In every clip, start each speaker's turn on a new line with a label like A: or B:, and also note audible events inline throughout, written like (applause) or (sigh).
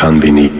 A: Convini.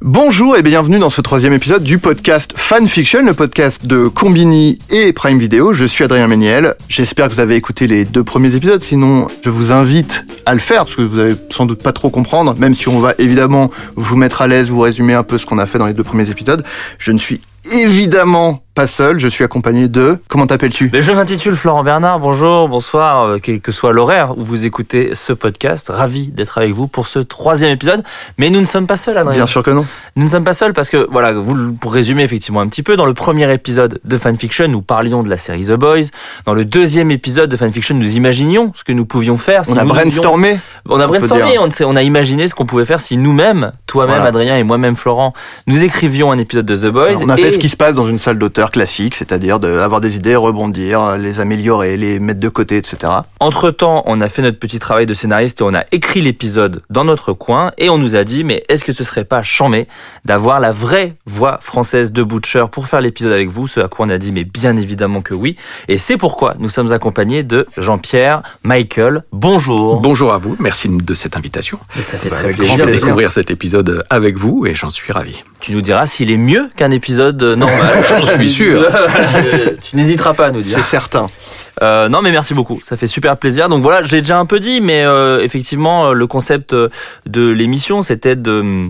B: Bonjour et bienvenue dans ce troisième épisode du podcast Fanfiction, le podcast de Combini et Prime Video. Je suis Adrien Méniel. J'espère que vous avez écouté les deux premiers épisodes. Sinon, je vous invite à le faire parce que vous allez sans doute pas trop comprendre, même si on va évidemment vous mettre à l'aise, vous résumer un peu ce qu'on a fait dans les deux premiers épisodes. Je ne suis évidemment pas seul. Je suis accompagné de. Comment t'appelles-tu
C: Mais je m'intitule Florent Bernard, bonjour, bonsoir, euh, quel que soit l'horaire où vous écoutez ce podcast, ravi d'être avec vous pour ce troisième épisode. Mais nous ne sommes pas seuls, Adrien.
B: Bien sûr que non.
C: Nous ne sommes pas seuls parce que, voilà, vous, le- pour résumer effectivement un petit peu, dans le premier épisode de Fanfiction, nous parlions de la série The Boys. Dans le deuxième épisode de Fanfiction, nous imaginions ce que nous pouvions faire. si
B: On a
C: nous devions-
B: brainstormé.
C: on a
B: On peut
C: brainstormé,
B: dire.
C: on, s'est- on a imaginé ce qu'on pouvait faire si nous-mêmes, toi-même
B: Voilà.
C: Adrien et moi-même Florent, nous écrivions un épisode de The Boys.
B: On a fait
C: et-
B: ce qui se passe dans une salle d'auteur classique, c'est-à-dire d'avoir des idées, rebondir, les améliorer, les mettre de côté, etc.
C: Entre temps, on a fait notre petit travail de scénariste et on a écrit l'épisode dans notre coin et on nous a dit mais est-ce que ce serait pas chambé d'avoir la vraie voix française de Butcher pour faire l'épisode avec vous Ce à quoi on a dit mais bien évidemment que oui et c'est pourquoi nous sommes accompagnés de Jean-Pierre, Michael. Bonjour.
D: Bonjour à vous, merci de cette invitation.
C: Et ça fait
B: Bah,
C: très
B: avec
D: J'ai
B: grand
C: plaisir.
D: de
B: plaisir.
D: découvrir cet épisode avec vous et j'en suis ravi.
C: Tu nous diras s'il est mieux qu'un épisode euh, normal.
D: J'en suis sûr.
C: (laughs) tu n'hésiteras pas à nous dire.
B: (laughs) C'est certain.
C: Euh, non mais merci beaucoup, ça fait super plaisir. Donc voilà, j'ai déjà un peu dit, mais euh, effectivement euh, le concept euh, de l'émission c'était de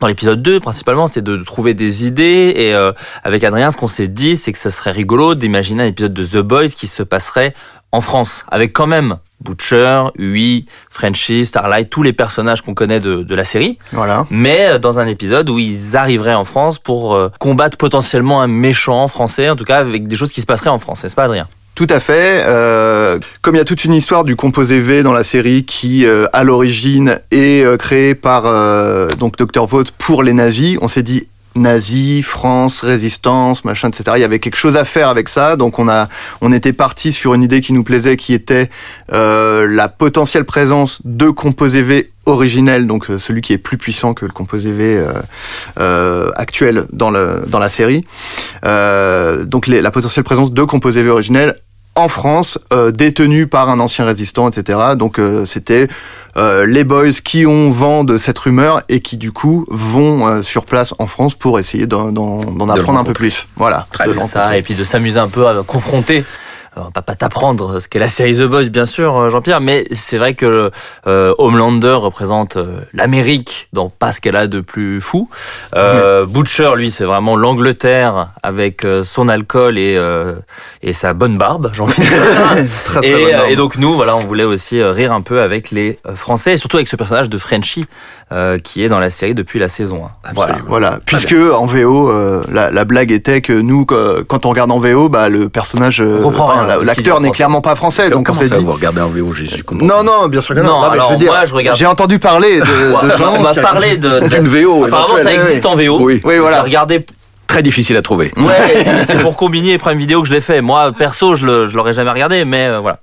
C: dans l'épisode 2 principalement, c'était de trouver des idées et euh, avec Adrien ce qu'on s'est dit c'est que ce serait rigolo d'imaginer un épisode de The Boys qui se passerait en France avec quand même Butcher, UI, Frenchy, Starlight, tous les personnages qu'on connaît de, de la série,
B: Voilà.
C: mais euh, dans un épisode où ils arriveraient en France pour euh, combattre potentiellement un méchant français, en tout cas avec des choses qui se passeraient en France, n'est-ce pas Adrien
B: Tout à fait. euh, comme il y a toute une histoire du composé V dans la série qui, euh, à l'origine, est euh, créée par euh, donc Dr Vaught pour les nazis, on s'est dit nazis, France, résistance, machin, etc. Il y avait quelque chose à faire avec ça, donc on a, on était parti sur une idée qui nous plaisait, qui était euh, la potentielle présence de composé V originel, donc euh, celui qui est plus puissant que le composé V euh, euh, actuel dans le dans la série. Euh, donc les- la potentielle présence de composés V originels en France, euh, détenus par un ancien résistant, etc. Donc euh, c'était euh, les boys qui ont vent de cette rumeur et qui du coup vont euh, sur place en France pour essayer d'en d'en- d'en
D: le
B: apprendre un peu
D: rencontrer.
B: plus. Voilà. de le
C: C'est ça,
B: rencontrer.
C: et puis de s'amuser un peu à confronter. Euh, On va pas t'apprendre ce qu'est la série The Boys, bien sûr, euh, Jean-Pierre, mais c'est vrai que euh, Homelander représente euh, l'Amérique dans pas ce qu'elle a de plus fou. Euh, Butcher, lui, c'est vraiment l'Angleterre avec euh, son alcool et, euh, et sa bonne barbe, j'ai envie de dire.
B: (laughs) (laughs) Très, très bonne
C: Et, euh,
B: norme.
C: et donc nous, voilà, on voulait aussi euh, rire un peu avec les euh, Français, et surtout avec ce personnage de Frenchie euh, qui est dans la série depuis la saison 1. Voilà.
D: Absolument.
B: Voilà,
D: Très
B: puisque en VO, euh, la, la blague était que nous, que- quand on regarde en VO, bah, le personnage, euh,
C: On comprend
B: enfin,
C: rien,
B: la-
C: parce qu'il
B: l'acteur
C: comprend
B: n'est
C: pas.
B: clairement pas français, donc on
D: Comment
B: s'est
D: ça,
B: dit.
D: vous regardez en VO, j'ai j'ai compris.
B: Non, non, bien sûr que non.
C: Non,
B: mais
C: alors,
B: je veux dire,
C: moi, je regarde-
B: J'ai entendu parler de, de gens.
C: on m'a
B: qui-
C: parlé de,
D: Une VO.
C: Apparemment, ça
D: éventuelle.
C: existe en VO.
D: Oui,
B: Oui, voilà.
C: Regardez.
D: très difficile à trouver.
B: (laughs)
C: Ouais, mais c'est pour combiner les premières vidéos que je l'ai fait. Moi, perso, je, le- je l'aurais jamais regardé, mais euh, voilà.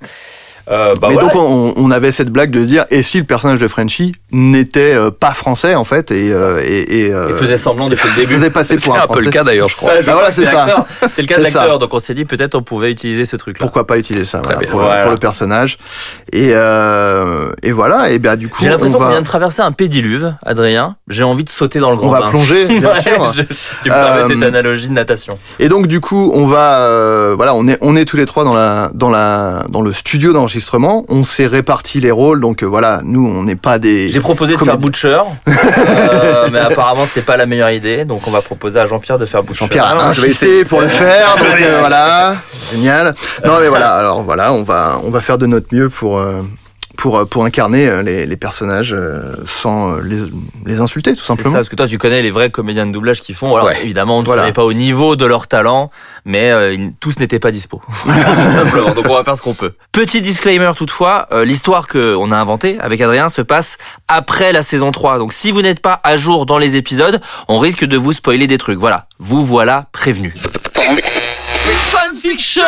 C: Euh, bah
B: mais
C: voilà.
B: donc on, on avait cette blague de dire et si le personnage de Frenchy n'était euh, pas français en fait et euh, et, et, euh,
C: il faisait semblant depuis
B: (laughs)
C: le début.
B: faisait passer
D: C'est
B: pour un,
D: un peu
B: français.
D: le cas d'ailleurs, je crois.
C: Enfin, je
B: Bah
C: crois
B: voilà,
C: que c'est
B: c'est ça.
C: l'acteur. C'est le cas de
B: C'est ça.
C: l'acteur, donc on s'est dit peut-être on pouvait utiliser ce truc-là.
B: Pourquoi pas utiliser ça voilà,
D: bien.
B: pour,
C: Voilà.
B: pour le personnage et euh, et voilà et bien du coup
C: J'ai
B: on
C: l'impression qu'on
B: va
C: vient de traverser un pédiluve, Adrien. J'ai envie de sauter dans le grand
B: on va
C: bain.
B: plonger bien
C: hein. (laughs) Ouais,
B: sûr
C: je- si tu me permets
B: Euh,
C: cette analogie de natation.
B: Et donc du coup, on va euh, voilà, on est on est tous les trois dans la dans la dans le studio d'enregistrement. On s'est réparti les rôles. Donc euh, voilà, nous on n'est pas des
C: J'ai proposé de faire
B: comédie. (laughs)
C: Butcher, euh, mais apparemment c'était pas la meilleure idée, donc on va proposer à Jean-Pierre de faire Butcher. Ah
B: Jean-Pierre
C: Alors,
B: a
D: Ah je vais
B: insisté
D: essayer.
B: pour le
D: (laughs)
B: faire. Donc euh, voilà, génial. Non mais voilà, alors voilà, on va on va faire de notre mieux pour euh, pour euh, pour incarner euh, les, les personnages euh, sans euh, les les insulter tout
C: C'est ça,
B: simplement.
C: parce que toi, tu connais les vrais comédiens de doublage qui font. Alors,
D: Ouais.
C: évidemment, on ne
B: Voilà.
C: savait pas au niveau de leur talent, mais euh, ils- tous n'étaient pas dispo. (laughs) Voilà, tout simplement. Donc, on va faire ce qu'on peut. Petit disclaimer toutefois, euh, l'histoire qu'on a inventée avec Adrien se passe après la saison 3. Donc, si vous n'êtes pas à jour dans les épisodes, on risque de vous spoiler des trucs. Voilà. Vous voilà prévenus. Fanfiction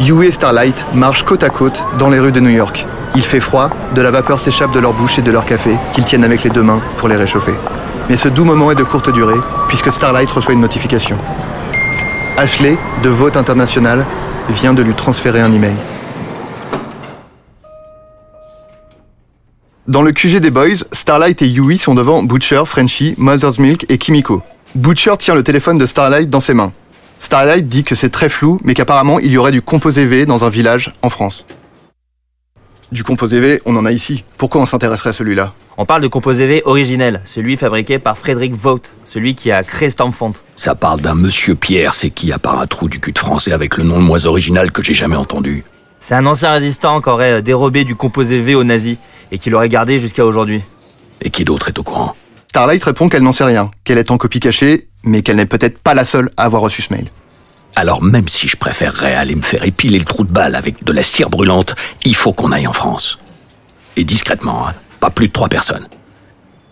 B: Yui et Starlight marchent côte à côte dans les rues de New York. Il fait froid, de la vapeur s'échappe de leur bouche et de leur café, qu'ils tiennent avec les deux mains pour les réchauffer. Mais ce doux moment est de courte durée, puisque Starlight reçoit une notification. Ashley, de Vote International, vient de lui transférer un email. Dans le QG des Boys, Starlight et Yui sont devant Butcher, Frenchie, Mother's Milk et Kimiko. Butcher tient le téléphone de Starlight dans ses mains. Starlight dit que c'est très flou, mais qu'apparemment il y aurait du composé V dans un village en France. Du composé V, on en a ici. Pourquoi on s'intéresserait à celui-là
C: On parle de composé V originel, celui fabriqué par Frédéric Vogt, celui qui a créé Stormfont.
D: Ça parle d'un monsieur Pierre, c'est qui à part un trou du cul de français avec le nom le moins original que j'ai jamais entendu.
C: C'est un ancien résistant qui aurait euh, dérobé du composé V aux nazis et qui l'aurait gardé jusqu'à aujourd'hui.
D: Et qui d'autre est au courant
B: Starlight répond qu'elle n'en sait rien, qu'elle est en copie cachée, mais qu'elle n'est peut-être pas la seule à avoir reçu ce mail.
D: Alors même si je préférerais aller me faire épiler le trou de balle avec de la cire brûlante, il faut qu'on aille en France. Et discrètement, hein, pas plus de trois personnes.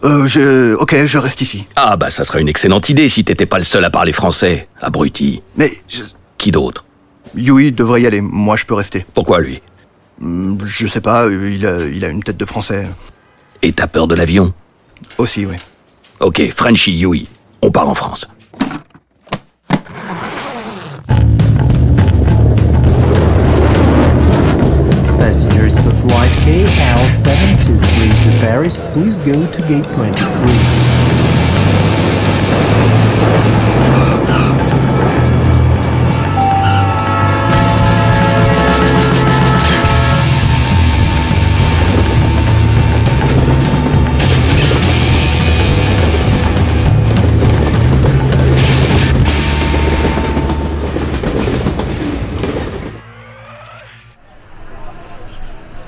B: Euh, je... Ok, je reste ici.
D: Ah bah ça serait une excellente idée si t'étais pas le seul à parler français, abruti.
B: Mais... je-
D: Qui d'autre
B: Yui devrait y aller, moi je peux rester.
D: Pourquoi lui
B: Hmm, Je sais pas, euh, il a, il a une tête de français.
D: Et t'as peur de l'avion
B: Aussi, oui.
D: Ok, Frenchy, Yui, on part en France.
E: Passengers for flight KL723 to Paris, please go to gate 23.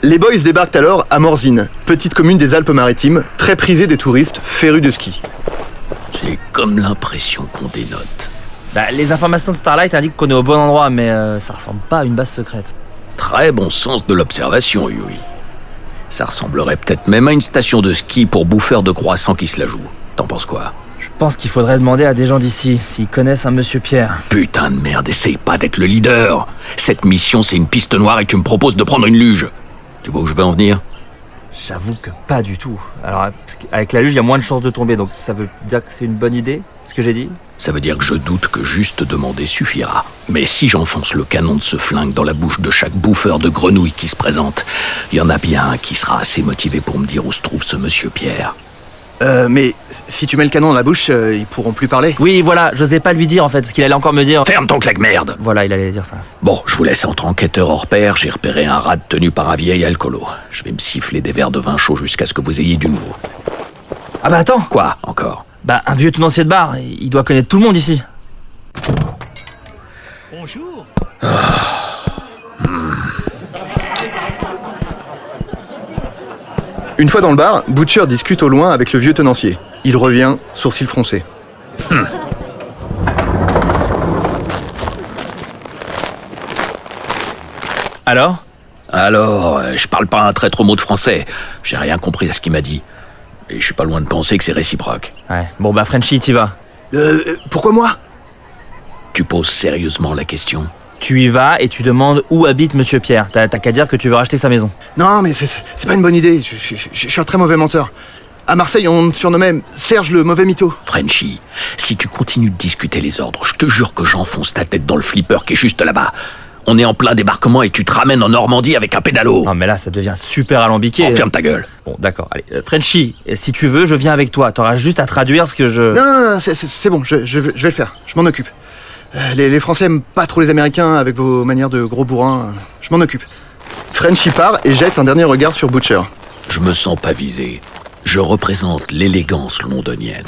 B: Les boys débarquent alors à Morzine, petite commune des Alpes-Maritimes, très prisée des touristes, férus de ski.
D: J'ai comme l'impression qu'on dénote.
C: Bah, les informations de Starlight indiquent qu'on est au bon endroit, mais euh, ça ressemble pas à une base secrète.
D: Très bon sens de l'observation, Yui. Ça ressemblerait peut-être même à une station de ski pour bouffeurs de croissants qui se la jouent. T'en penses quoi
C: Je pense qu'il faudrait demander à des gens d'ici s'ils connaissent un monsieur Pierre.
D: Putain de merde, essaye pas d'être le leader. Cette mission, c'est une piste noire et tu me proposes de prendre une luge. Tu vois où je veux en venir
C: J'avoue que pas du tout. Alors, parce qu'avec la luge, il y a moins de chances de tomber, donc ça veut dire que c'est une bonne idée, ce que j'ai dit
D: Ça veut dire que je doute que juste demander suffira. Mais si j'enfonce le canon de ce flingue dans la bouche de chaque bouffeur de grenouilles qui se présente, il y en a bien un qui sera assez motivé pour me dire où se trouve ce monsieur Pierre.
B: Euh, mais si tu mets le canon dans la bouche, euh, ils pourront plus parler.
C: Oui, voilà, j'osais pas lui dire en fait ce qu'il allait encore me dire.
D: Ferme ton claque-merde
C: Voilà, il allait dire ça.
D: Bon, je vous laisse entre enquêteurs hors pair, j'ai repéré un rat tenu par un vieil alcoolo. Je vais me siffler des verres de vin chaud jusqu'à ce que vous ayez du nouveau.
C: Ah bah attends
D: Quoi, encore
C: Bah, un vieux tenancier de bar, il doit connaître tout le monde ici.
B: Une fois dans le bar, Butcher discute au loin avec le vieux tenancier. Il revient, sourcil froncé.
C: Alors
D: Alors, euh, je parle pas un très trop mot de français. J'ai rien compris à ce qu'il m'a dit. Et je suis pas loin de penser que c'est réciproque.
C: Ouais. Bon bah, Frenchie, t'y vas.
B: Euh, euh, pourquoi moi
D: Tu poses sérieusement la question
C: Tu y vas et tu demandes où habite Monsieur Pierre. T'as t'as qu'à dire que tu veux racheter sa maison.
B: Non, mais c'est c'est pas une bonne idée, je, je- je- je suis un très mauvais menteur. À Marseille, on me surnommait Serge le mauvais mytho.
D: Frenchy, si tu continues de discuter les ordres, je te jure que j'enfonce ta tête dans le flipper qui est juste là-bas. On est en plein débarquement et tu te ramènes en Normandie avec un pédalo.
C: Non mais là, ça devient super alambiqué.
D: Ferme ta gueule.
C: Bon, d'accord. Allez, euh, Frenchie, si tu veux, je viens avec toi. T'auras juste à traduire ce que je.
B: Non, non, non, c'est- c'est c'est bon, je, je vais je vais le faire, je m'en occupe. Euh, Les, les Français aiment pas trop les Américains avec vos manières de gros bourrins, euh, je m'en occupe. Frenchie part et jette un dernier regard sur Butcher.
D: Je me sens pas visé. Je représente l'élégance londonienne.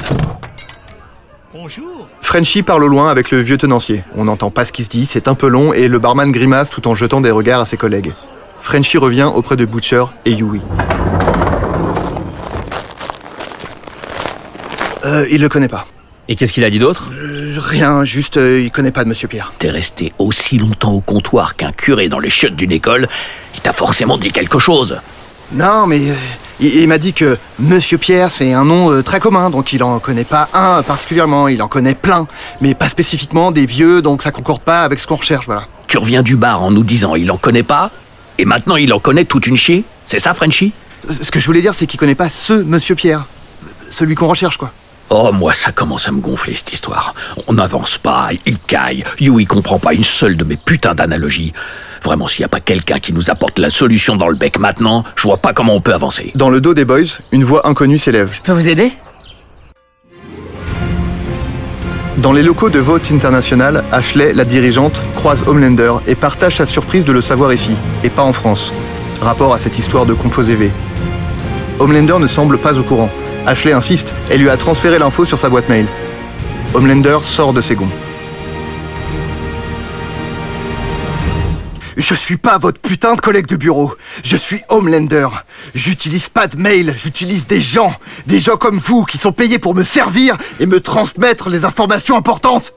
B: Frenchie parle au loin avec le vieux tenancier. On n'entend pas ce qui se dit, c'est un peu long et le barman grimace tout en jetant des regards à ses collègues. Frenchie revient auprès de Butcher et Yui. Euh, il le connaît pas.
C: Et qu'est-ce qu'il a dit d'autre
B: Euh, rien, juste euh, il connaît pas de Monsieur Pierre.
D: T'es resté aussi longtemps au comptoir qu'un curé dans les chiottes d'une école, il t'a forcément dit quelque chose.
B: Non, mais euh, il, il m'a dit que Monsieur Pierre c'est un nom euh, très commun, donc il en connaît pas un particulièrement, il en connaît plein, mais pas spécifiquement des vieux, donc ça concorde pas avec ce qu'on recherche, voilà.
D: Tu reviens du bar en nous disant il en connaît pas, et maintenant il en connaît toute une chier. C'est ça, Frenchy
B: Ce que je voulais dire, c'est qu'il connaît pas ce Monsieur Pierre, euh, celui qu'on recherche, quoi.
D: Oh, moi, ça commence à me gonfler, cette histoire. On n'avance pas, il caille. Yui comprend pas une seule de mes putains d'analogies. Vraiment, s'il n'y a pas quelqu'un qui nous apporte la solution dans le bec maintenant, je vois pas comment on peut avancer.
F: Dans le dos des boys, une voix inconnue s'élève.
G: Je peux vous aider
F: Dans les locaux de Vote International, Ashley, la dirigeante, croise Homelander et partage sa surprise de le savoir ici, et pas en France. Rapport à cette histoire de composé V. Homelander ne semble pas au courant. Ashley insiste et lui a transféré l'info sur sa boîte mail. Homelander sort de ses gonds.
B: Je suis pas votre putain de collègue de bureau. Je suis Homelander. J'utilise pas de mail, j'utilise des gens. Des gens comme vous qui sont payés pour me servir et me transmettre les informations importantes.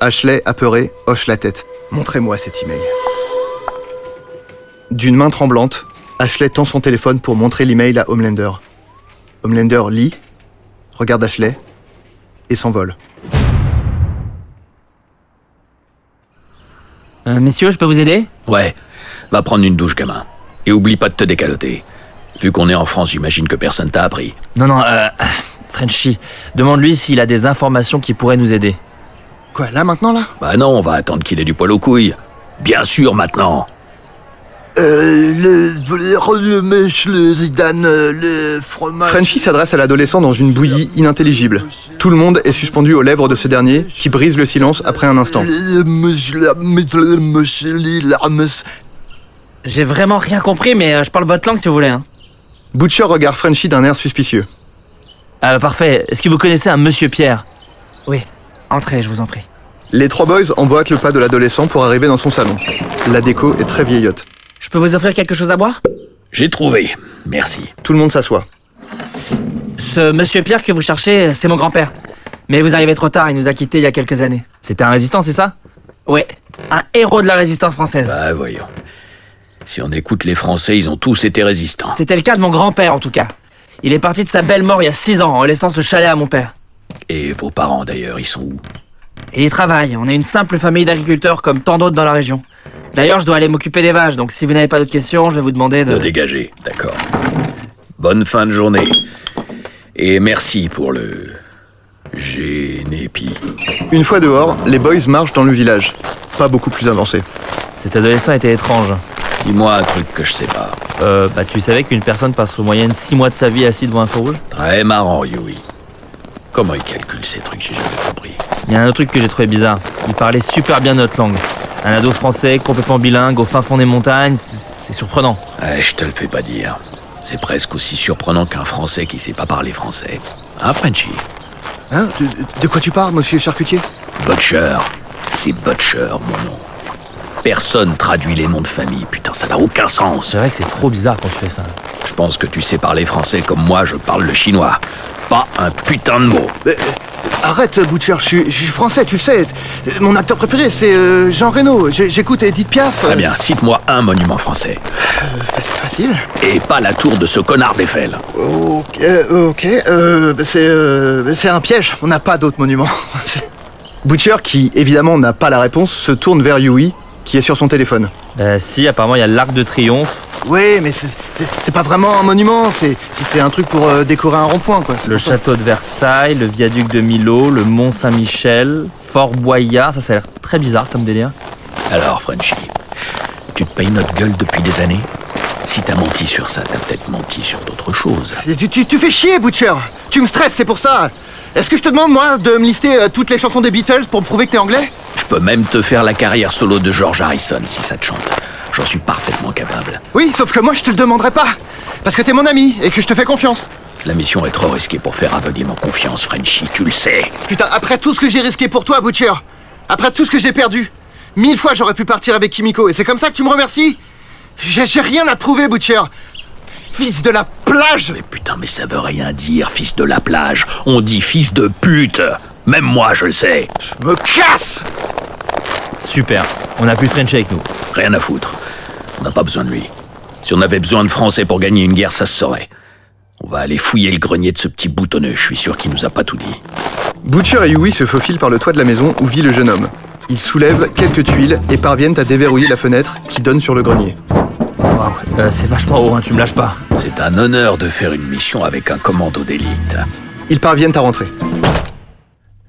F: Ashley, apeuré, hoche la tête.
B: Montrez-moi cet email.
F: D'une main tremblante, Ashley tend son téléphone pour montrer l'email à Homelander. Homelander lit, regarde Ashley et s'envole.
G: Euh, Messieurs, je peux vous aider
D: Ouais, va prendre une douche, gamin. Et oublie pas de te décaloter. Vu qu'on est en France, j'imagine que personne t'a appris.
C: Non, non, euh, Frenchy, demande-lui s'il a des informations qui pourraient nous aider.
B: Quoi, là maintenant là
D: Bah non, on va attendre qu'il ait du poil aux couilles. Bien sûr, maintenant.
B: Euh, le, le mèche, le zidane, euh, le fromage.
F: Frenchy s'adresse à l'adolescent dans une bouillie inintelligible. Tout le monde est suspendu aux lèvres de ce dernier, qui brise le silence après un instant.
B: Le mèche, la mèche, le mèche, la mèche.
G: J'ai vraiment rien compris, mais euh, je parle votre langue si vous voulez. Hein.
F: Butcher regarde Frenchy d'un air suspicieux.
C: Ah, bah, parfait. Est-ce que vous connaissez un monsieur Pierre
G: Oui, entrez, je vous en prie.
F: Les trois boys emboîtent le pas de l'adolescent pour arriver dans son salon. La déco est très vieillotte.
G: Je peux vous offrir quelque chose à boire
D: J'ai trouvé. Merci.
F: Tout le monde s'assoit.
G: Ce monsieur Pierre que vous cherchez, c'est mon grand-père. Mais vous arrivez trop tard, il nous a quittés il y a quelques années.
C: C'était un résistant, c'est ça
G: Ouais, un héros de la résistance française.
D: Bah voyons. Si on écoute les Français, ils ont tous été résistants.
G: C'était le cas de mon grand-père en tout cas. Il est parti de sa belle mort il y a 6 ans en laissant ce chalet à mon père.
D: Et vos parents d'ailleurs, ils sont où
G: Et il travaille, on est une simple famille d'agriculteurs comme tant d'autres dans la région. D'ailleurs, je dois aller m'occuper des vaches, donc si vous n'avez pas d'autres questions, je vais vous demander
D: De
C: Euh.
G: de...
D: dégager, d'accord. Bonne fin de journée. Et merci pour le... Génépi.
F: Une fois dehors, les boys marchent dans le village. Pas beaucoup plus avancé.
C: Cet adolescent était étrange.
D: Dis-moi un truc que je sais pas.
C: Euh, bah, tu savais qu'une personne passe en moyenne 6 mois de sa vie assis devant un feu rouge
D: Très marrant, Yui. Comment ils calculent ces trucs J'ai jamais compris.
C: Il y a un autre truc que j'ai trouvé bizarre. Il parlait super bien notre langue. Un ado français, complètement bilingue, au fin fond des montagnes, c'est- c'est surprenant.
D: Ouais, Eh, je te le fais pas dire. C'est presque aussi surprenant qu'un Français qui sait pas parler français. Hein, Frenchie
B: Hein de, de quoi tu parles, monsieur charcutier
D: Butcher. C'est Butcher, mon nom. Personne traduit les noms de famille. Putain, ça n'a aucun sens.
C: C'est vrai que c'est trop bizarre quand tu fais ça.
D: Je pense que tu sais parler français comme moi, je parle le chinois. Pas un putain de mot.
B: Euh, euh, Arrête, Butcher, je suis- je suis français, tu le sais. Euh, Mon acteur préféré, c'est euh, Jean Reno. J'ai- J'écoute Edith Piaf.
D: Très bien, cite-moi un monument français.
B: Euh, Facile.
D: Et pas la tour de ce connard d'Eiffel.
B: Ok, euh, ok, euh, c'est euh, c'est un piège. On n'a pas d'autres monuments. (laughs)
F: Butcher, qui évidemment n'a pas la réponse, se tourne vers Yui, qui est sur son téléphone.
C: Bah si, apparemment il y a l'arc de triomphe,
B: oui, mais c'est c'est- c'est pas vraiment un monument. C'est c'est- c'est un truc pour euh, décorer un rond-point, quoi. C'est
C: le
B: pour ça.
C: château de Versailles, le viaduc de Milo, le mont Saint-Michel, Fort Boyard, ça ça a l'air très bizarre comme délire.
D: Alors, Frenchie, tu te payes notre gueule depuis des années Si t'as menti sur ça, t'as peut-être menti sur d'autres choses.
B: C'est- Tu, tu- tu fais chier, Butcher. Tu me stresses, c'est pour ça. Est-ce que je te demande, moi, de me lister euh, toutes les chansons des Beatles pour me prouver que t'es anglais
D: Je peux même te faire la carrière solo de George Harrison si ça te chante. J'en suis parfaitement capable.
B: Oui, sauf que moi, je te le demanderai pas. Parce que t'es mon ami et que je te fais confiance.
D: La mission est trop risquée pour faire aveuglément confiance, Frenchie, tu le sais.
B: Putain, après tout ce que j'ai risqué pour toi, Butcher, après tout ce que j'ai perdu, mille fois j'aurais pu partir avec Kimiko, et c'est comme ça que tu me remercies J'ai j'ai rien à te prouver, Butcher Fils de la plage
D: Mais putain, mais ça veut rien dire, fils de la plage. On dit fils de pute. Même moi, je le sais.
B: Je me casse
C: Super, on a plus de French avec nous.
D: Rien à foutre. On n'a pas besoin de lui. Si on avait besoin de Français pour gagner une guerre, ça se saurait. On va aller fouiller le grenier de ce petit boutonneux, je suis sûr qu'il nous a pas tout dit.
F: Butcher et Yui se faufilent par le toit de la maison où vit le jeune homme. Ils soulèvent quelques tuiles et parviennent à déverrouiller la fenêtre qui donne sur le grenier.
C: Waouh, euh, c'est vachement haut, hein, tu me lâches pas.
D: C'est un honneur de faire une mission avec un commando d'élite.
F: Ils parviennent à rentrer.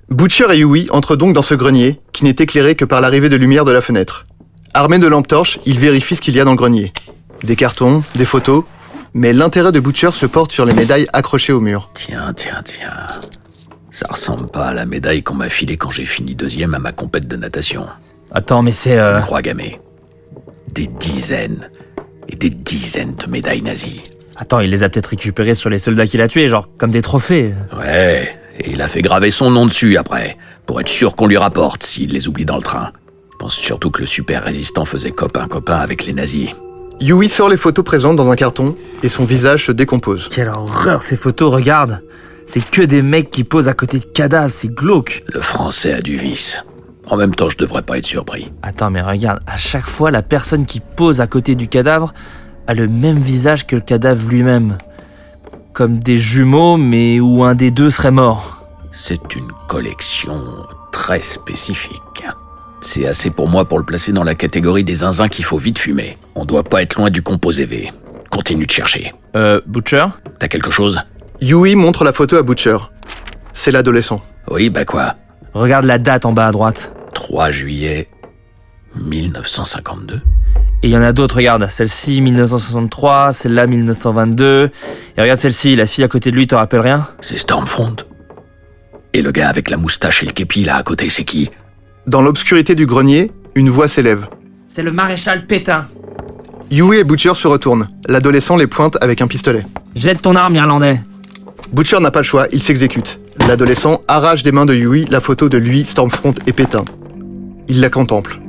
F: Butcher et Yui entrent donc dans ce grenier qui n'est éclairé que par l'arrivée de lumière de la fenêtre. Armé de lampes torches, il vérifie ce qu'il y a dans le grenier. Des cartons, des photos, mais l'intérêt de Butcher se porte sur les médailles accrochées au mur.
D: Tiens, tiens, tiens. Ça ressemble pas à la médaille qu'on m'a filée quand j'ai fini deuxième à ma compète de natation.
C: Attends, mais c'est... euh,
D: Croix gammée. Des dizaines et des dizaines de médailles nazies.
C: Attends, il les a peut-être récupérés sur les soldats qu'il a tués, genre comme des trophées.
D: Ouais, et il a fait graver son nom dessus après, pour être sûr qu'on lui rapporte s'il les oublie dans le train. Je pense surtout que le super résistant faisait copain-copain avec les nazis.
F: Yui sort les photos présentes dans un carton et son visage se décompose.
C: Quelle horreur ces photos, regarde C'est que des mecs qui posent à côté de cadavres, c'est glauque
D: Le français a du vice. En même temps, je devrais pas être surpris.
C: Attends, mais regarde, à chaque fois, la personne qui pose à côté du cadavre a le même visage que le cadavre lui-même. Comme des jumeaux, mais où un des deux serait mort.
D: C'est une collection très spécifique. C'est assez pour moi pour le placer dans la catégorie des zinzins qu'il faut vite fumer. On doit pas être loin du composé V. Continue de chercher.
C: Euh, Butcher
D: T'as quelque chose
F: Yui montre la photo à Butcher. C'est l'adolescent.
D: Oui, bah quoi
C: Regarde la date en bas à droite.
D: 3 juillet 1952
C: Et il y en a d'autres, regarde. Celle-ci, 1963, celle-là, 1922. Et regarde celle-ci, la fille à côté de lui, te rappelle rien
D: C'est Stormfront. Et le gars avec la moustache et le képi là à côté, c'est qui
F: Dans l'obscurité du grenier, une voix s'élève.
C: C'est le maréchal Pétain.
F: Yui et Butcher se retournent. L'adolescent les pointe avec un pistolet.
C: Jette ton arme, Irlandais.
F: Butcher n'a pas le choix, il s'exécute. L'adolescent arrache des mains de Yui la photo de lui, Stormfront et Pétain. Il la contemple.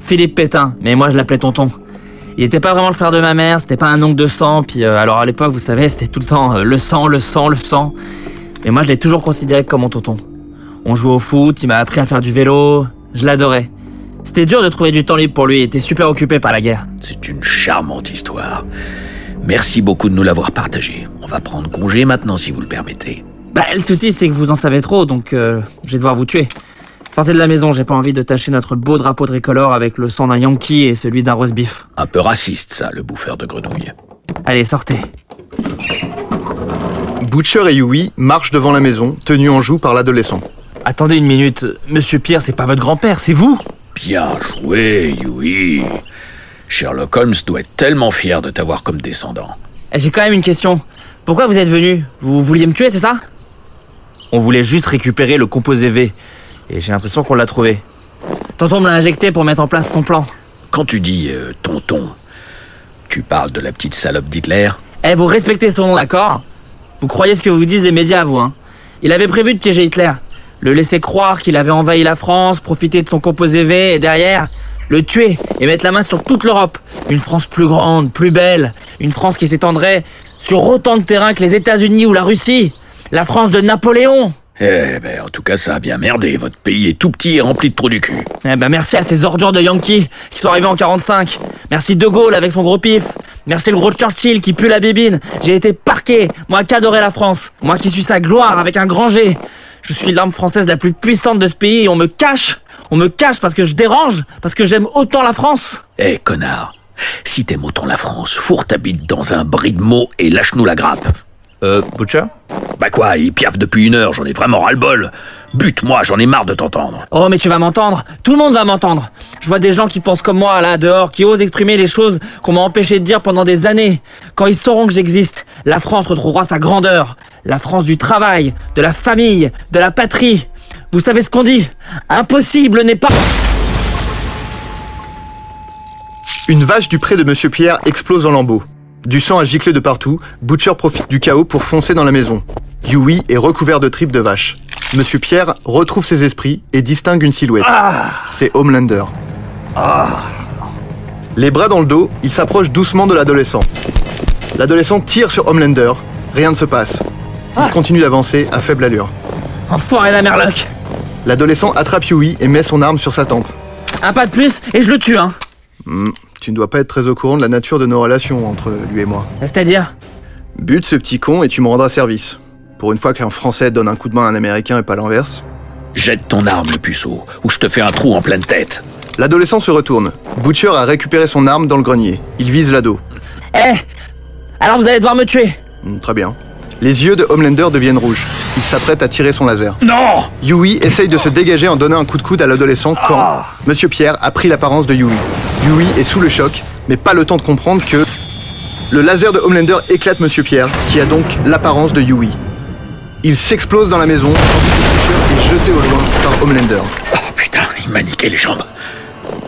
C: Philippe Pétain, mais moi je l'appelais tonton. Il était pas vraiment le frère de ma mère, c'était pas un oncle de sang, puis euh, alors à l'époque, vous savez, c'était tout le temps euh, le sang, le sang, le sang. Mais moi je l'ai toujours considéré comme mon tonton. On jouait au foot, il m'a appris à faire du vélo, je l'adorais. C'était dur de trouver du temps libre pour lui, il était super occupé par la guerre.
D: C'est une charmante histoire. Merci beaucoup de nous l'avoir partagée. On va prendre congé maintenant si vous le permettez.
C: Bah le souci c'est que vous en savez trop, donc euh, je vais devoir vous tuer. Sortez de la maison, j'ai pas envie de tacher notre beau drapeau tricolore avec le sang d'un Yankee et celui d'un roast beef.
D: Un peu raciste ça, le bouffeur de grenouilles.
C: Allez, sortez.
F: Butcher et Yui marchent devant la maison, tenus en joue par l'adolescent.
C: Attendez une minute, monsieur Pierre, c'est pas votre grand-père, c'est vous
D: Bien joué, Yui. Sherlock Holmes doit être tellement fier de t'avoir comme descendant.
C: Eh, J'ai quand même une question. Pourquoi vous êtes venu Vous vouliez me tuer, c'est ça On voulait juste récupérer le composé V. Et j'ai l'impression qu'on l'a trouvé. Tonton me l'a injecté pour mettre en place son plan.
D: Quand tu dis euh, tonton, tu parles de la petite salope d'Hitler
C: Eh, vous respectez son nom, d'accord Vous croyez ce que vous disent les médias, vous, hein Il avait prévu de piéger Hitler. Le laisser croire qu'il avait envahi la France, profiter de son composé V et derrière, le tuer et mettre la main sur toute l'Europe. Une France plus grande, plus belle. Une France qui s'étendrait sur autant de terrain que les États-Unis ou la Russie. La France de Napoléon.
D: Eh ben, en tout cas, ça a bien merdé. Votre pays est tout petit et rempli de trous du cul.
C: Eh ben merci à ces ordures de Yankees qui sont arrivés en 45. Merci De Gaulle avec son gros pif. Merci le gros Churchill qui pue la bébine. J'ai été parqué, moi qui adorais la France. Moi qui suis sa gloire avec un grand G. Je suis l'arme française la plus puissante de ce pays et on me cache. On me cache parce que je dérange, parce que j'aime autant la France.
D: Eh, connard. Si t'aimes autant la France, fourre ta bite dans un bris de mots et lâche-nous la grappe.
H: Euh, Butcher
D: Bah quoi, il piaffe depuis une heure, j'en ai vraiment ras-le-bol. Bute-moi, j'en ai marre de t'entendre.
C: Oh mais tu vas m'entendre, tout le monde va m'entendre. Je vois des gens qui pensent comme moi là dehors, qui osent exprimer les choses qu'on m'a empêché de dire pendant des années. Quand ils sauront que j'existe, la France retrouvera sa grandeur. La France du travail, de la famille, de la patrie. Vous savez ce qu'on dit Impossible n'est pas...
F: Une vache du pré de Monsieur Pierre explose en lambeaux. Du sang a giclé de partout, Butcher profite du chaos pour foncer dans la maison. Yui est recouvert de tripes de vache. Monsieur Pierre retrouve ses esprits et distingue une silhouette. C'est Homelander. Les bras dans le dos, il s'approche doucement de l'adolescent. L'adolescent tire sur Homelander, rien ne se passe. Il continue d'avancer à faible allure.
C: Enfoiré la merloc
F: L'adolescent attrape Yui et met son arme sur sa tempe.
C: Un pas de plus et je le tue hein
F: Tu ne dois pas être très au courant de la nature de nos relations entre lui et moi.
C: C'est-à-dire
F: Bute ce petit con et tu me rendras service. Pour une fois qu'un Français donne un coup de main à un Américain et pas l'inverse.
D: Jette ton arme, le puceau, ou je te fais un trou en pleine tête.
F: L'adolescent se retourne. Butcher a récupéré son arme dans le grenier. Il vise l'ado.
C: Eh Alors vous allez devoir me tuer
F: Hmm, très bien. Les yeux de Homelander deviennent rouges. Il s'apprête à tirer son laser.
D: Non
F: Yui essaye de se dégager en donnant un coup de coude à l'adolescent quand Monsieur Pierre a pris l'apparence de Yui. Yui est sous le choc, mais pas le temps de comprendre que le laser de Homelander éclate Monsieur Pierre, qui a donc l'apparence de Yui. Il s'explose dans la maison, tandis que Fisher est jeté au loin par Homelander.
D: Oh putain, il m'a niqué les jambes.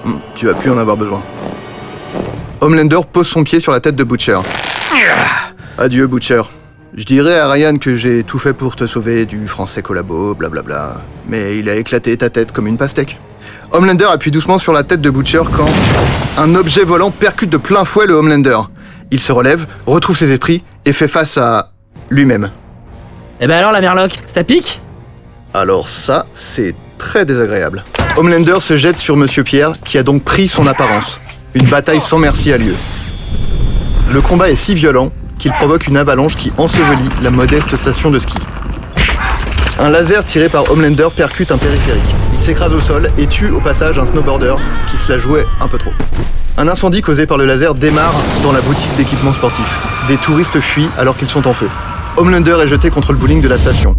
F: Hmm, Tu vas plus en avoir besoin. Homelander pose son pied sur la tête de Butcher. Adieu Butcher. Je dirais à Ryan que j'ai tout fait pour te sauver du français collabo, blablabla. Mais il a éclaté ta tête comme une pastèque. Homelander appuie doucement sur la tête de Butcher quand un objet volant percute de plein fouet le Homelander. Il se relève, retrouve ses esprits et fait face à lui-même.
C: Et ben alors la merloc, ça pique
F: Alors ça, c'est très désagréable. Homelander se jette sur Monsieur Pierre, qui a donc pris son apparence. Une bataille sans merci a lieu. Le combat est si violent qu'il provoque une avalanche qui ensevelit la modeste station de ski. Un laser tiré par Homelander percute un périphérique. Il s'écrase au sol et tue au passage un snowboarder qui se la jouait un peu trop. Un incendie causé par le laser démarre dans la boutique d'équipement sportif. Des touristes fuient alors qu'ils sont en feu. Homelander est jeté contre le bowling de la station.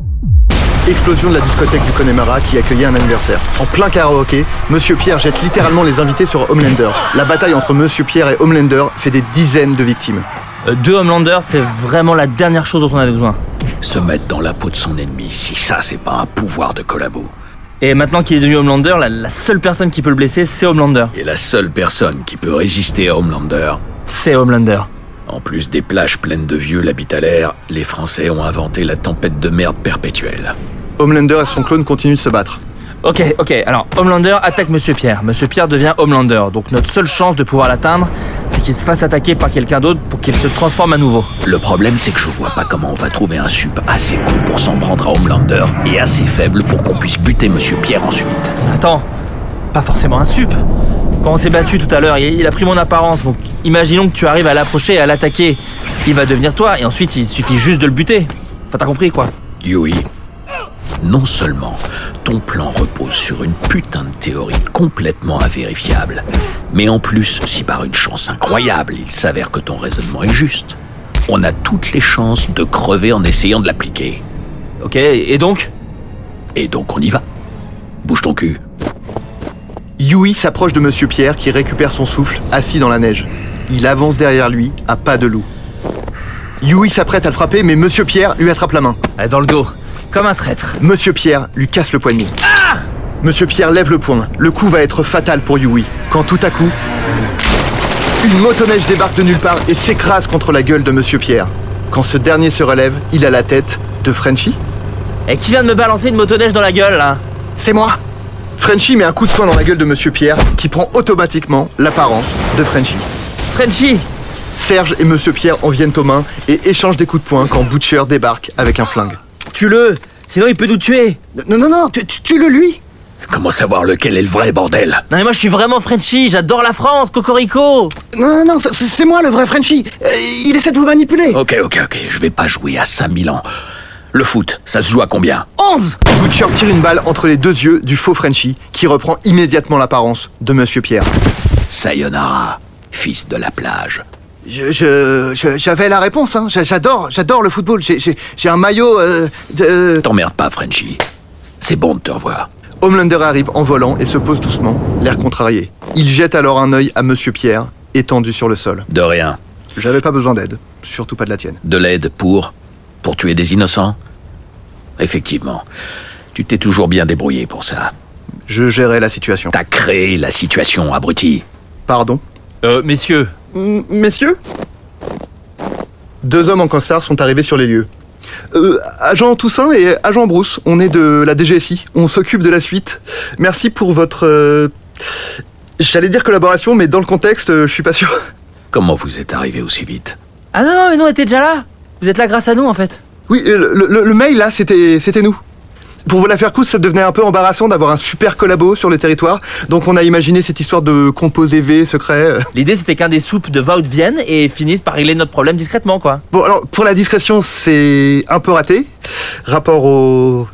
F: Explosion de la discothèque du Connemara qui accueillait un anniversaire. En plein karaoké, Monsieur Pierre jette littéralement les invités sur Homelander. La bataille entre Monsieur Pierre et Homelander fait des dizaines de victimes.
C: Euh, Deux Homelanders, c'est vraiment la dernière chose dont on avait besoin.
D: Se mettre dans la peau de son ennemi, si ça c'est pas un pouvoir de collabo.
C: Et maintenant qu'il est devenu Homelander, la, la seule personne qui peut le blesser, c'est Homelander.
D: Et la seule personne qui peut résister à Homelander,
C: C'est Homelander.
D: en plus des plages pleines de vieux l'air, les Français ont inventé la tempête de merde perpétuelle.
F: Homelander et son clone continuent de se battre.
C: Ok, ok, alors Homelander attaque Monsieur Pierre. Monsieur Pierre devient Homelander, donc notre seule chance de pouvoir l'atteindre, c'est qu'il se fasse attaquer par quelqu'un d'autre pour qu'il se transforme à nouveau.
D: Le problème, c'est que je vois pas comment on va trouver un sup assez cool pour s'en prendre à Homelander et assez faible pour qu'on puisse buter Monsieur Pierre ensuite.
C: Attends, pas forcément un sup. Quand on s'est battu tout à l'heure, il il a pris mon apparence, donc imaginons que tu arrives à l'approcher et à l'attaquer. Il va devenir toi, et ensuite il suffit juste de le buter. Enfin, t'as compris quoi
D: Yui, non seulement ton plan repose sur une putain de théorie complètement invérifiable, mais en plus, si par une chance incroyable il s'avère que ton raisonnement est juste, on a toutes les chances de crever en essayant de l'appliquer.
C: Ok, et donc
D: Et donc on y va. Bouge ton cul.
F: Yui s'approche de Monsieur Pierre qui récupère son souffle, assis dans la neige. Il avance derrière lui, à pas de loup. Yui s'apprête à le frapper, mais Monsieur Pierre lui attrape la main.
C: Allez, Dans le dos, comme un traître.
F: Monsieur Pierre lui casse le poignet. Monsieur Pierre lève le poing. Le coup va être fatal pour Yui. Quand tout à coup, une motoneige débarque de nulle part et s'écrase contre la gueule de Monsieur Pierre. Quand ce dernier se relève, il a la tête de Frenchie.
C: Et qui vient de me balancer une motoneige dans la gueule là
F: C'est moi Frenchie met un coup de poing dans la gueule de Monsieur Pierre, qui prend automatiquement l'apparence de Frenchie.
C: Frenchie
F: Serge et Monsieur Pierre en viennent aux mains et échangent des coups de poing quand Butcher débarque avec un flingue.
C: Tue-le Sinon il peut nous tuer
B: Non, non, non, tu, tu- tue-le lui
D: Comment savoir lequel est le vrai bordel
C: Non mais moi je suis vraiment Frenchie, j'adore la France, Cocorico
B: Non, non, non, c'est- c'est moi le vrai Frenchie Euh, Il essaie de vous manipuler
D: Ok, ok, ok, je vais pas jouer à 5000 ans. Le foot, ça se joue à combien
C: 11
F: Butcher tire une balle entre les deux yeux du faux Frenchie, qui reprend immédiatement l'apparence de Monsieur Pierre.
D: Sayonara, fils de la plage.
B: Je, je, je- j'avais la réponse, hein. J'a- J'adore, j'adore le football. J'ai, j'ai, j'ai un maillot euh, de...
D: T'emmerdes pas, Frenchie. C'est bon de te revoir.
F: Homelander arrive en volant et se pose doucement, l'air contrarié. Il jette alors un œil à Monsieur Pierre, étendu sur le sol.
D: De rien.
F: J'avais pas besoin d'aide, surtout pas de la tienne.
D: De l'aide pour Pour tuer des innocents Effectivement. Tu t'es toujours bien débrouillé pour ça.
F: Je gérais la situation.
D: T'as créé la situation, abruti.
F: Pardon
I: Euh, messieurs,
F: Messieurs Deux hommes en costard sont arrivés sur les lieux. Euh, agent Toussaint et agent Brousse, on est de la DGSI, on s'occupe de la suite. Merci pour votre... euh, J'allais dire collaboration, mais dans le contexte, euh, je suis pas sûr. (laughs)
D: Comment vous êtes arrivé aussi vite
C: Ah non non mais non, était déjà là Vous êtes là grâce à nous en fait
F: Oui, euh, le, le- le mail là, c'était c'était nous. Pour vous la faire courte, ça devenait un peu embarrassant d'avoir un super collabo sur le territoire, donc on a imaginé cette histoire de composé V secret. euh.
C: L'idée c'était qu'un des soupes de Vaut vienne et finisse par régler notre problème discrètement quoi.
F: Bon, alors pour la discrétion, c'est un peu raté, rapport aux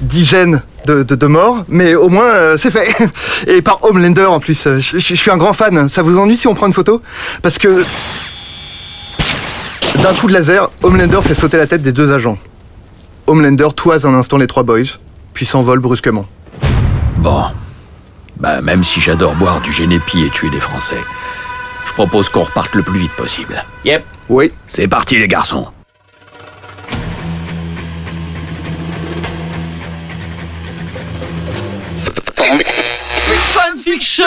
F: dizaines de, de- de morts, mais au moins euh, c'est fait. (laughs) Et par Homelander en plus, euh, je, je- je suis un grand fan. Ça vous ennuie si on prend une photo Parce que d'un coup de laser, Homelander fait sauter la tête des deux agents. Homelander toise un instant les trois boys, puis s'envole brusquement.
D: Bon. Bah, même si j'adore boire du génépi et tuer des Français, je propose qu'on reparte le plus vite possible.
G: Yep.
F: Oui,
D: C'est parti, les garçons.
C: Fanfiction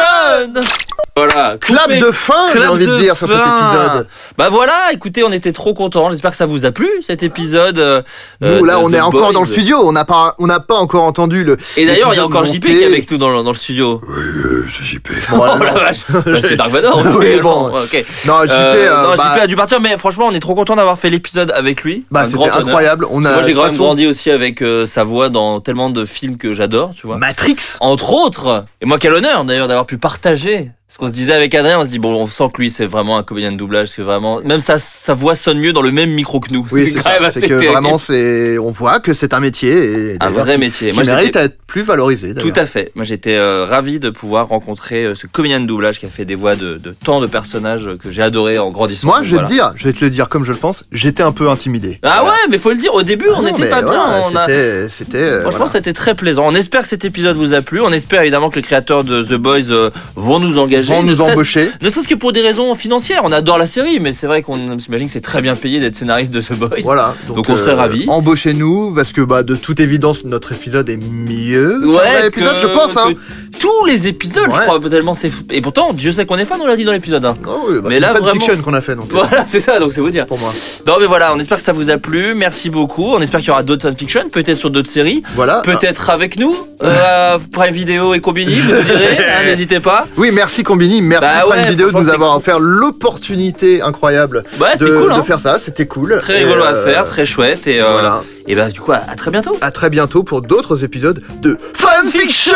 C: Voilà.
F: clap
C: coupé.
F: de fin, j'ai
C: Clap
F: envie de dire, sur cet
C: fin.
F: épisode.
C: Bah voilà, écoutez, on était trop contents. J'espère que ça vous a plu cet épisode. euh,
F: Nous,
C: euh,
F: là,
C: de
F: on
C: The
F: est encore
C: Boys.
F: dans le studio, on n'a pas, on n'a pas encore entendu le.
C: Et d'ailleurs, il y a
F: l'épisode
C: encore JP
F: monté.
C: qui est avec nous dans le, dans le studio.
F: Euh, c'est JP.
C: (laughs) Oh la
F: (laughs)
C: vache Bah, C'est Dark Vador aussi,
F: Oui,
C: également.
F: bon.
C: Ouais, ok.
F: Non, JP,
C: Euh,
F: euh,
C: non,
F: bah,
C: JP a dû partir, mais franchement, on est trop content d'avoir fait l'épisode avec lui.
F: bah,
C: Un grand
F: c'était
C: honneur.
F: incroyable. On a
C: Moi, j'ai
F: de
C: quand même
F: façon,
C: grandi aussi avec euh, sa voix dans tellement de films que j'adore, tu vois. (laughs)
F: Matrix.
C: Entre autres, et moi quel honneur d'ailleurs d'avoir pu partager ce qu'on se disait avec Adrien, on se dit bon, on sent que lui c'est vraiment un comédien de doublage, c'est vraiment même sa sa voix sonne mieux dans le même micro que nous.
F: Oui, c'est
C: quand même
F: ça.
C: assez
F: C'est que
C: terrible.
F: vraiment, c'est, on voit que c'est un métier et
C: un
F: d'ailleurs,
C: vrai
F: qui-
C: métier.
F: qui
C: Moi
F: mérite
C: j'étais
F: à être plus valorisé.
C: tout
F: d'ailleurs.
C: à fait. Moi j'étais euh, ravi de pouvoir rencontrer euh, ce comédien de doublage qui a fait des voix de, de tant de personnages euh, que j'ai adoré en grandissant.
F: Moi,
C: Donc,
F: je vais
C: voilà.
F: te dire, je vais te le dire comme je le pense, j'étais un peu intimidé.
C: Ah ouais, mais faut le dire, au début
F: Ah
C: on n'était pas bien. on a-
F: C'était, c'était. euh,
C: Franchement,
F: voilà.
C: ça a été très plaisant. On espère que cet épisode vous a plu. On espère évidemment que les créateurs de The Boys euh, vont nous engager.
F: Vont
C: ne
F: nous
C: serait-ce-
F: embaucher.
C: Ne serait-ce que pour des raisons financières, on adore la série, mais c'est vrai qu'on s'imagine que c'est très bien payé d'être scénariste de The Boys. (laughs)
F: Voilà. euh,
C: Donc, on serait ravis.
F: Embauchez-nous parce que bah de toute évidence notre épisode est mieux. qu'un vrai
C: que-
F: épisode, je pense. Hein.
C: que Tous les épisodes,
F: Ouais.
C: je crois tellement c'est. fou. Et pourtant, Dieu sait qu'on est fan, on l'a dit dans l'épisode hein. 1.
F: Oh, oui, bah,
C: Mais
F: c'est
C: là,
F: une
C: vraiment-
F: fanfiction qu'on a fait donc. euh,
C: (laughs) Voilà, c'est ça, donc c'est vous dire.
F: Pour moi.
C: Non, mais voilà, on espère que ça vous a plu. Merci beaucoup. On espère qu'il y aura d'autres fanfictions, peut-être sur d'autres séries,
F: Voilà.
C: peut-être avec nous, euh, Prime Vidéo et Combini, vous nous direz.
F: (laughs)
C: hein, N'hésitez pas.
F: Ah, oui, merci Combini, merci
C: Bah
F: Prime
C: ouais,
F: Vidéo de
C: franchement,
F: nous
C: c'est
F: avoir
C: cool.
F: offert l'opportunité incroyable
C: Ouais,
F: de,
C: c'était cool.
F: de
C: hein.
F: faire ça. C'était cool.
C: Très
F: Et,
C: rigolo
F: euh,
C: à faire, très chouette. Et, euh,
F: Voilà.
C: et bah, du coup, à- à très bientôt.
F: À très bientôt pour d'autres épisodes de
C: Fanfiction!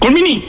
D: Colmini